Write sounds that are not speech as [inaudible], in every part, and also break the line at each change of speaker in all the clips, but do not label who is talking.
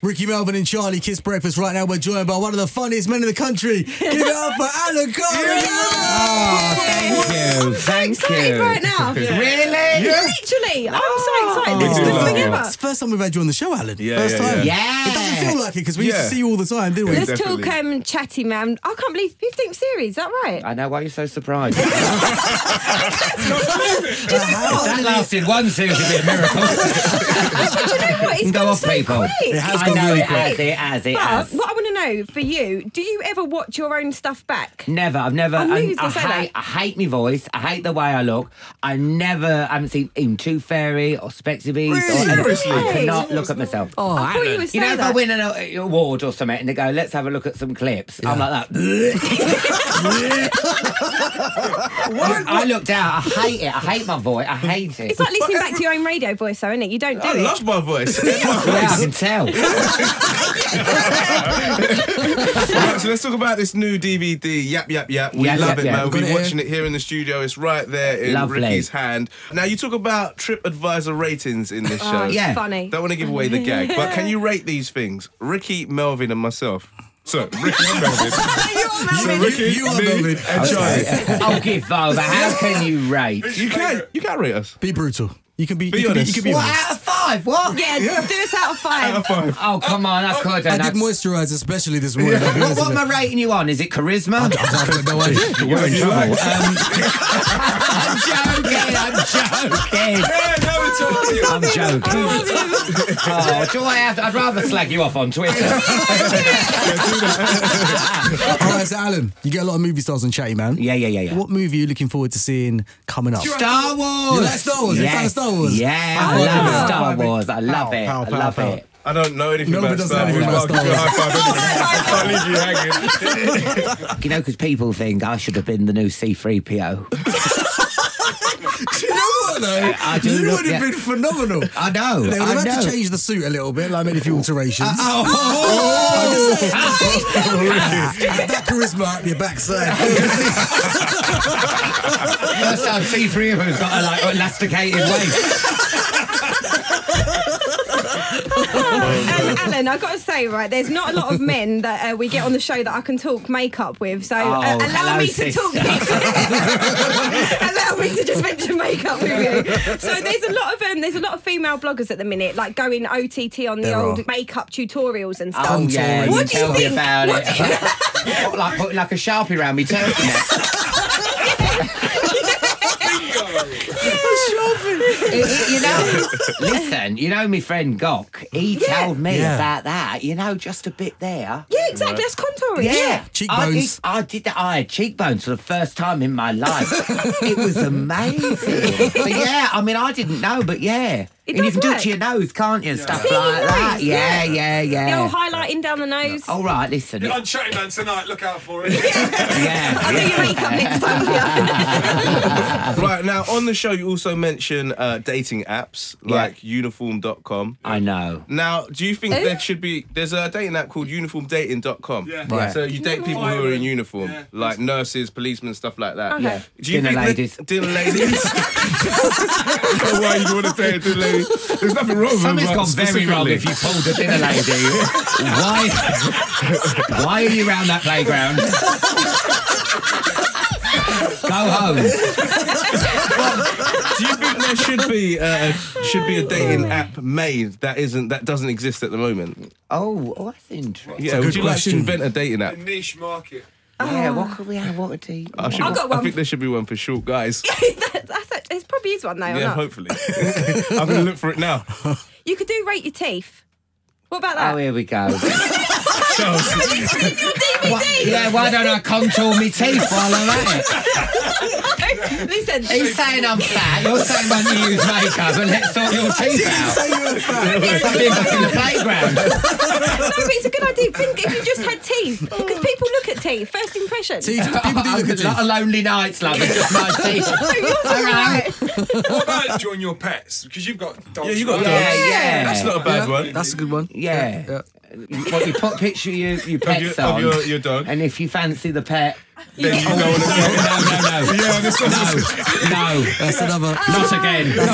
Ricky Melvin and Charlie Kiss Breakfast right now. We're joined by one of the funniest men in the country. Give it up for Alan Ah, Carr. Oh,
Thank you.
I'm
Thank
so excited
you.
right now.
Really?
Literally, I'm so excited. It's
We
the
do
thing
love
ever.
It's the first time we've had you on the show, Alan.
Yeah,
first
yeah,
time.
yeah.
It doesn't feel like it because we used to
Yeah.
see you all the time, didn't we?
Yeah.
Let's talk
definitely.
um, chatty, man. I can't believe 15th series. Is that right?
I know why you're so surprised. [laughs]
Uh-huh. How did it-
that lasted one series [laughs] would be a miracle.
Do you know what? It's
Go
gone
off,
so
people.
quick.
It
has
It's
gone
so
really
quick.
quick. It has, it
but
has.
What I want to know for you, do you ever watch your own stuff back?
Never, I've never.
I knew
and
you was gonna say that.
hate, I hate my voice. I hate the way I look. I never. I haven't seen even Tooth Fairy or Spexy Beast.
Really?
Or,
Seriously?
I cannot look at myself.
Oh, I thought you were
You know,
saying
if I
that.
win an uh, award or something, and they go, "Let's have a look at some clips," I'm like that. [laughs] I looked out. I hate it. I hate my voice. I hate it.
It's like listening back to your own radio voice, though, isn't it? You don't do
I
it.
love my voice. My
[laughs] yeah, I
voice.
can tell.
Right, so let's talk about this new DVD, Yap Yap Yap. We
Yap,
love
Yap,
it,
Yap.
man. We'll
Got
be
it
watching it here in the studio. It's right there in
Lovely.
Ricky's hand. Now, you talk about TripAdvisor ratings in this
Oh,
show.
it's
Yeah.
funny. [laughs]
Don't want to give away the gag, but can you rate these things? Ricky, Melvin, and myself. So, Ricky
[laughs]
and Melvin. so,
You-
Ricky,
you are
me,
Melvin.
and Charlie.
[laughs] I'll give over. How can you rate?
You can, you can rate us.
Be brutal. You can be.
Be
you can be, you
honest.
can be
What
honest.
out of five? What?
Yeah, do us [laughs] out of five.
Out of five.
Oh come on! I could.
I did moisturise especially this morning. I'll be
What,
honest
what
with you.
am I rating you on? Is it charisma?
I've got no idea.
You're in trouble. Um, [laughs] I'm joking. I'm joking.
Hey, no, it's all [laughs] right.
I'm
[laughs]
joking. Oh, do I have to, I'd rather slag you off on [laughs] Twitter.
[laughs] All right, so Alan, you get a lot of movie stars on Chatty Man.
Yeah, yeah, yeah, yeah.
What movie are you looking forward to seeing coming up?
Star Wars.
You like Star Wars? You
Yes.
fan of Star Wars?
Yeah, I
Oh, yeah.
love Star Wars. I love it.
Pow,
I
pow,
love
pow.
it.
I don't know anything
Melvin
about
doesn't
Star
know
Wars.
anything
but
about
I'll give you a
Star [laughs]
high five. anyway. Can't leave you hanging.
You know, because people think I should have been the new C3PO.
Do you know what though?
I do
you
look-
would have
yeah.
been phenomenal.
[laughs] I know.
They would
I
have had to
[laughs] know. Oh,
change the suit a little bit, like made a few alterations.
[laughs]
Have [laughs] that charisma up your [laughs]
[laughs]
backside.
First time C3PO's got a like [laughs] elasticated waist. [laughs]
Um, Alan, I've got to say, right, there's not a lot of men that uh, we get on the show that I can talk makeup with. So
Oh,
uh, allow
hello,
me
sis.
to talk. [laughs] allow me to just mention makeup with you. So there's a lot of um, there's a lot of female bloggers at the minute, like going OTT on the
There
old
are.
makeup tutorials and stuff.
Oh yeah,
What
do
you
you
tell me
think?
about
What
it. [laughs] Put like put like a sharpie round me turkey
[laughs]
neck. You- [laughs] you- you know, listen, you know, my friend Gok, he
Yeah.
told me
Yeah.
about that, you know, just a bit there.
Yeah, exactly. That's contouring.
Cheekbones.
I did, I did that. I had cheekbones for the first time in my life. it was amazing. but yeah, I mean, I didn't know, but yeah.
It
and you
does
can do it
work.
to your nose, can't you? And stuff
See,
like
nice,
that. Yeah, yeah,
The
yeah. Oh,
old highlighting down the nose. [laughs]
All right, listen.
On Chatty Man tonight, look out for it.
yeah.
I'll do your makeup next time.
[laughs]
Yeah. [laughs]
Right now on the show, you also mention uh, dating apps like uniform.com.
I know.
Now, do you think
Eh?
there should be there's a dating app called uniformdating.com.
Yeah.
Right.
So you date people who are in uniform,
Yeah.
like nurses, policemen, stuff like that.
Okay. Yeah.
Do you
Dinner
think that-
ladies.
dinner ladies. Don't worry, you want to date a dinner lady. There's nothing wrong with
Something's
that
gone very wrong
specifically.
if you pulled a dinner lady. [laughs] why? Why are you around that playground? Go home.
Do you think there should be uh, should be a dating app made that isn't that doesn't exist at the moment?
Oh, oh that's interesting.
Yeah,
a
would
good
you like to
question.
invent a dating app?
A niche market.
Yeah, what could we have? What would you?
I, should,
I've got
I
one.
think there should be one for short guys.
That's it. It's probably is one though. or
yeah,
not?
hopefully. [laughs] I'm gonna look for it now.
You could do rate your teeth. What about that?
Oh, here we go.
So,
This is in your DVD.
Why- yeah, why don't I contour my teeth while I'm at it?
[laughs] Listen,
He's saying I'm fat. You're saying I need to use makeup and let's sort your teeth out. I've been back in the playground.
no, but it's a good idea. Think if you just had teeth, because people look at teeth, first impression.
Teeth, people
[laughs]
do look at
a lot of
teeth.
lonely nights, love. It's just my [laughs] teeth. Hello.
What about join your pets? Because you've got dogs.
yeah, you got
right?
Oh, Yeah,
dogs.
yeah.
That's not a bad one.
That's a good one.
Yeah. What you put picture your, your
Of
pets
your,
on,
of
[laughs]
your, your dog. [laughs]
and if you fancy the pet,
then you go on a [laughs]
no, no, no.
Yeah, this is
No,
That's another.
not
[laughs]
again. [laughs]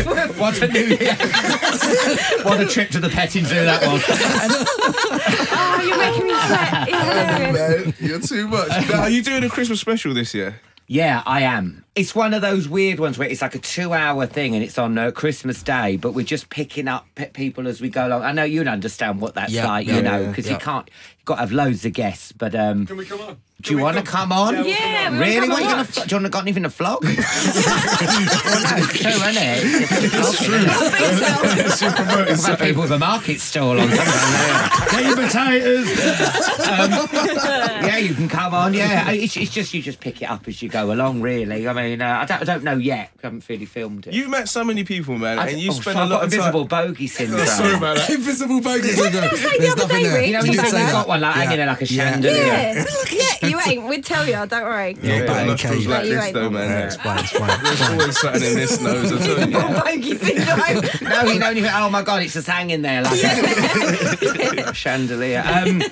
Not again. what a new year. what a trip to the petting zoo that was.
Oh, you're making me sweat.
[laughs]
It's hilarious.
No, you're too much.
Now, are you doing a Christmas special this year?
Yeah, I am. It's one of those weird ones where it's like a two-hour thing, and it's on uh, Christmas Day. But we're just picking up pe- people as we go along. I know you'd understand what that's
Yeah,
like,
yeah,
you know,
yeah,
because
yeah.
you can't. You've got to have loads of guests. But um,
Can we come on?
do you want to come on?
Yeah,
Yeah, we
Really?
really?
What are you gonna?
Watch.
Fl- do you want to got even a vlog? well, no, [laughs] it's true, isn't it? It's true.
uh,
About people with a market stall on something. Get your potatoes. Um, yeah, you can come on. Yeah, Uh, it's, it's just you just pick it up as you go along. Really, I mean, uh, I, don't, I don't know yet. I haven't really filmed it.
You've met so many people, man,
I,
and you
oh,
spend
so
a
I've got
lot of
invisible
time.
bogey syndrome.
Invisible
[laughs]
bogey syndrome. There's
other
nothing
day,
there.
Rick?
You know,
Did
you
you
think
say
I've
that?
got one like hanging there like a
[laughs] Yeah.
chandelier.
Yeah. yeah, you ain't. We'd tell you. Don't worry. [laughs]
Yeah,
Yeah,
but
not
okay.
feels like
You
this
ain't
though,
got
man.
Yeah,
It's
explain, explain.
always something in this nose. I tell Oh, you.
Bogey syndrome.
No, you don't even. Oh my god, it's just hanging there like a [laughs] chandelier. Um,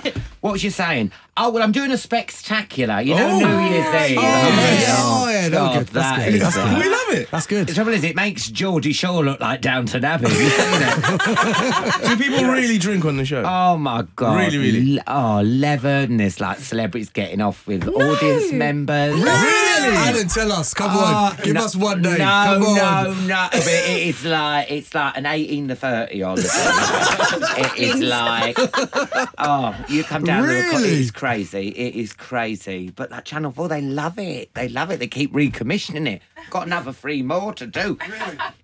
what was you saying? Oh well, I'm doing a spectacular. You know,
Oh.
New Year's Eve.
yes. Oh, yeah, no,
God,
good. That's
that
good.
is,
That's
uh,
good.
We love it.
That's
The
good.
trouble is, it makes Geordie Shaw look like Downton Abbey. You've seen
[laughs]
it?
Do people really drink on the show?
oh my god!
Really, really?
Le- oh, leathered and there's like celebrities getting off with audience members.
Really? Alan, tell us. Come on.
Oh,
Give
no-
us one day.
No,
Come on.
no, no. But it is like it's like an eighteen to thirty on.
[laughs]
it is like oh, you come down. to the co-
Really?
it's crazy. It is crazy. But like Channel Four, they love it. They love it. They keep recommissioning it. Got another three more to do.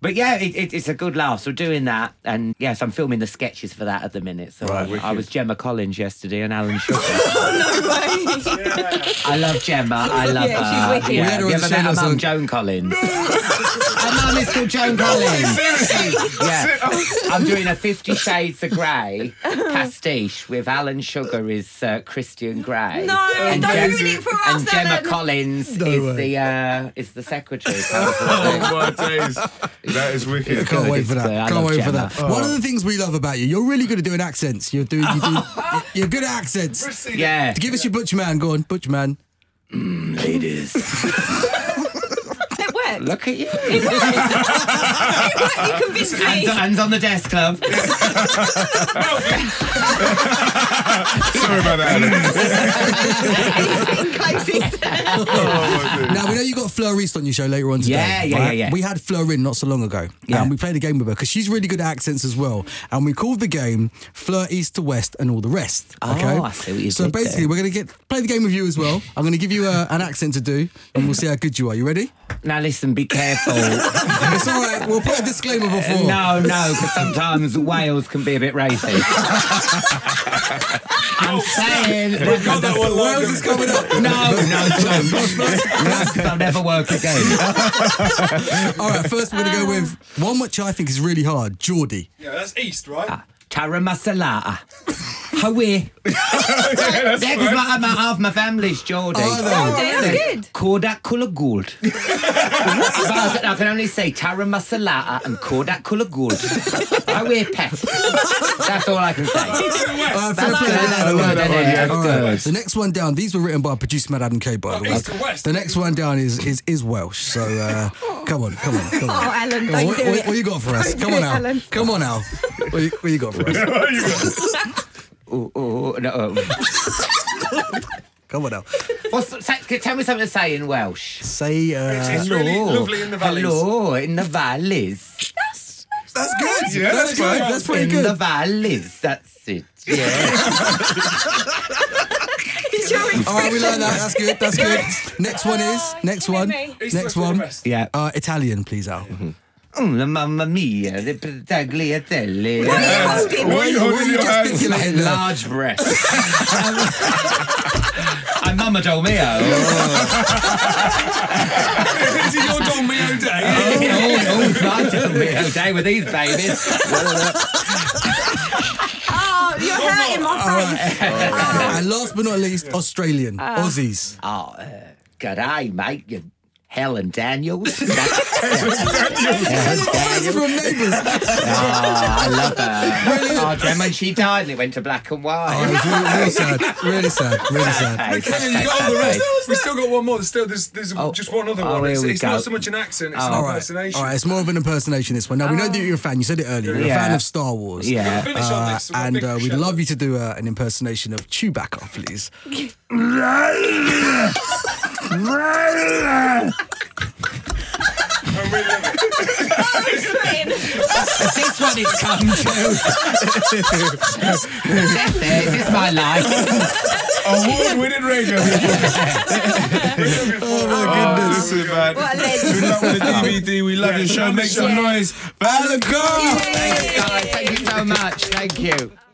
But yeah, it, it, it's a good laugh. So doing that, and yes, I'm filming the sketches for that at the minute. So I, was Gemma Collins yesterday and Alan Sugar. I love
[laughs]
Gemma. I love
Yeah, she's
her.
wicked.
Yeah.
We had her on the
Have you ever
show
met her
last
mum,
time.
Joan Collins? her mum is called
[laughs]
Joan Collins. Seriously? Yeah. I'm doing a Fifty Shades of Grey pastiche with Alan Sugar is uh, Christian Grey.
No,
and
don't
Gem-
ruin it for us,
And Gemma
Alan.
Collins
No
is
way.
the uh, is the
[laughs]
secretary.
[laughs] Oh my days, that is wicked.
Can't wait for
I
that.
love
Can't wait for
Gemma.
that. One of the things we love about you, you're really good at doing accents. You're doing, you do, you're good at accents.
yeah.
Give us your butcher man. Go on, butcher man.
Ladies.
It
[laughs]
worked.
Look at you.
It worked. You
[laughs]
convinced me. [laughs]
Hands, hands on the desk, love.
Sorry about that.
[laughs]
Closest.
Oh,
Now we know you got Fleur East on your show later on today.
Yeah, yeah,
right?
yeah, yeah.
We had Fleur in not so long ago,
Yeah.
and we played a game with her because she's really good at accents as well. And we called the game Fleur East to West and all the rest.
Oh,
okay?
I see what you
So
did
basically,
there.
we're gonna get play the game with you as well. I'm gonna give you a, an accent to do, and we'll see how good you are. You ready? [laughs]
Now listen, be careful.
it's all right. We'll put a disclaimer before.
No, no, because sometimes Wales can be a bit racist. I'm saying.
Got that one lined
Wales
up.
is coming up.
[laughs]
[laughs]
No, no, don't. They'll never work again.
All right, first we're gonna go with one which I think is really hard. Geordie.
Yeah, that's East, right?
Ah. Tara Masalata. Hawaii. Yeah, because my, my, half my family's Geordie.
Are they? Oh,
that's good.
Kodak Kula Gold. but I, can, I can only say Tara Masalata and Kodak Kula Gold. Hawaii pet. That's all I can
[laughs]
say.
Uh,
That's
fair
good.
play.
That's
like
good,
that
isn't
one,
it?
yeah.
That's
All
good.
right. The next one down. These were written by producer Matt Adam K, by the way.
East and West.
The next one down is is, is Welsh. So uh, come on, come on, come on.
Oh, [laughs]
Come on,
Alan, don't
what,
do
what-
it.
what you got for us?
Don't
Come
do
on
it,
now.
Alan.
Come on now. What you, what you got for us?
Ooh, ooh, ooh, no, um,
Come on now.
What's, say- tell me something to say in Welsh.
Say uh,
It's really lovely in the valleys.
Hello, in the valleys.
that's good.
Yeah,
that's good.
that's good.
That's pretty
in the
good.
valleys, that's it. Yeah.
It's your expression.
All right, we learned that. That's good. That's good. Next one is next
Give it
one.
me.
East,
Next
West, and
one.
West. [laughs]
yeah.
Uh, Italian, please, Al.
Mm, la mamma mia, e the tagliatelle.
Why are you
What are
holding
you
your hands?
gesticulating there?
Large breasts. Um, I'm Mamma [laughs] Dolmio.
Is it your Don Mio day?
Oh, oh, my Dolmio day with these babies.
Oh, you're hurting my face.
Ah.
And last but not least, Australian, Aussies.
Oh, uh, g'day, mate. You Helen Daniels. That's-
Helen Daniels from Neighbours.
oh, I love her. [laughs] Oh, damn, when she died, and it went to black and
It
white.
was real, real sad. Really sad. Really
[laughs]
sad.
Okay,
Hang on, you got all the rest. We still got one more. There's still there's, there's
Oh,
just one other
oh,
one.
here
it's
we
it's
go.
not so much an accent. It's
Oh.
an
All right.
impersonation.
All right. It's more of an impersonation, this one. Now, we know that you're a fan. You said it earlier. You're a
Yeah.
fan of Star Wars. [laughs]
Yeah.
Finish on
Uh,
this. We've got
and
Big
uh, we'd
Shepard. [laughs]
love you to do uh, an impersonation of Chewbacca, please.
And we love it.
This one it's come to. this is my life. [laughs]
Award-winning radio. oh my goodness, this is bad.
What a
[laughs]
legend.
Good luck with the DVD. We love your show. Make some noise. Valor
Guys, thank you so much. Thank you.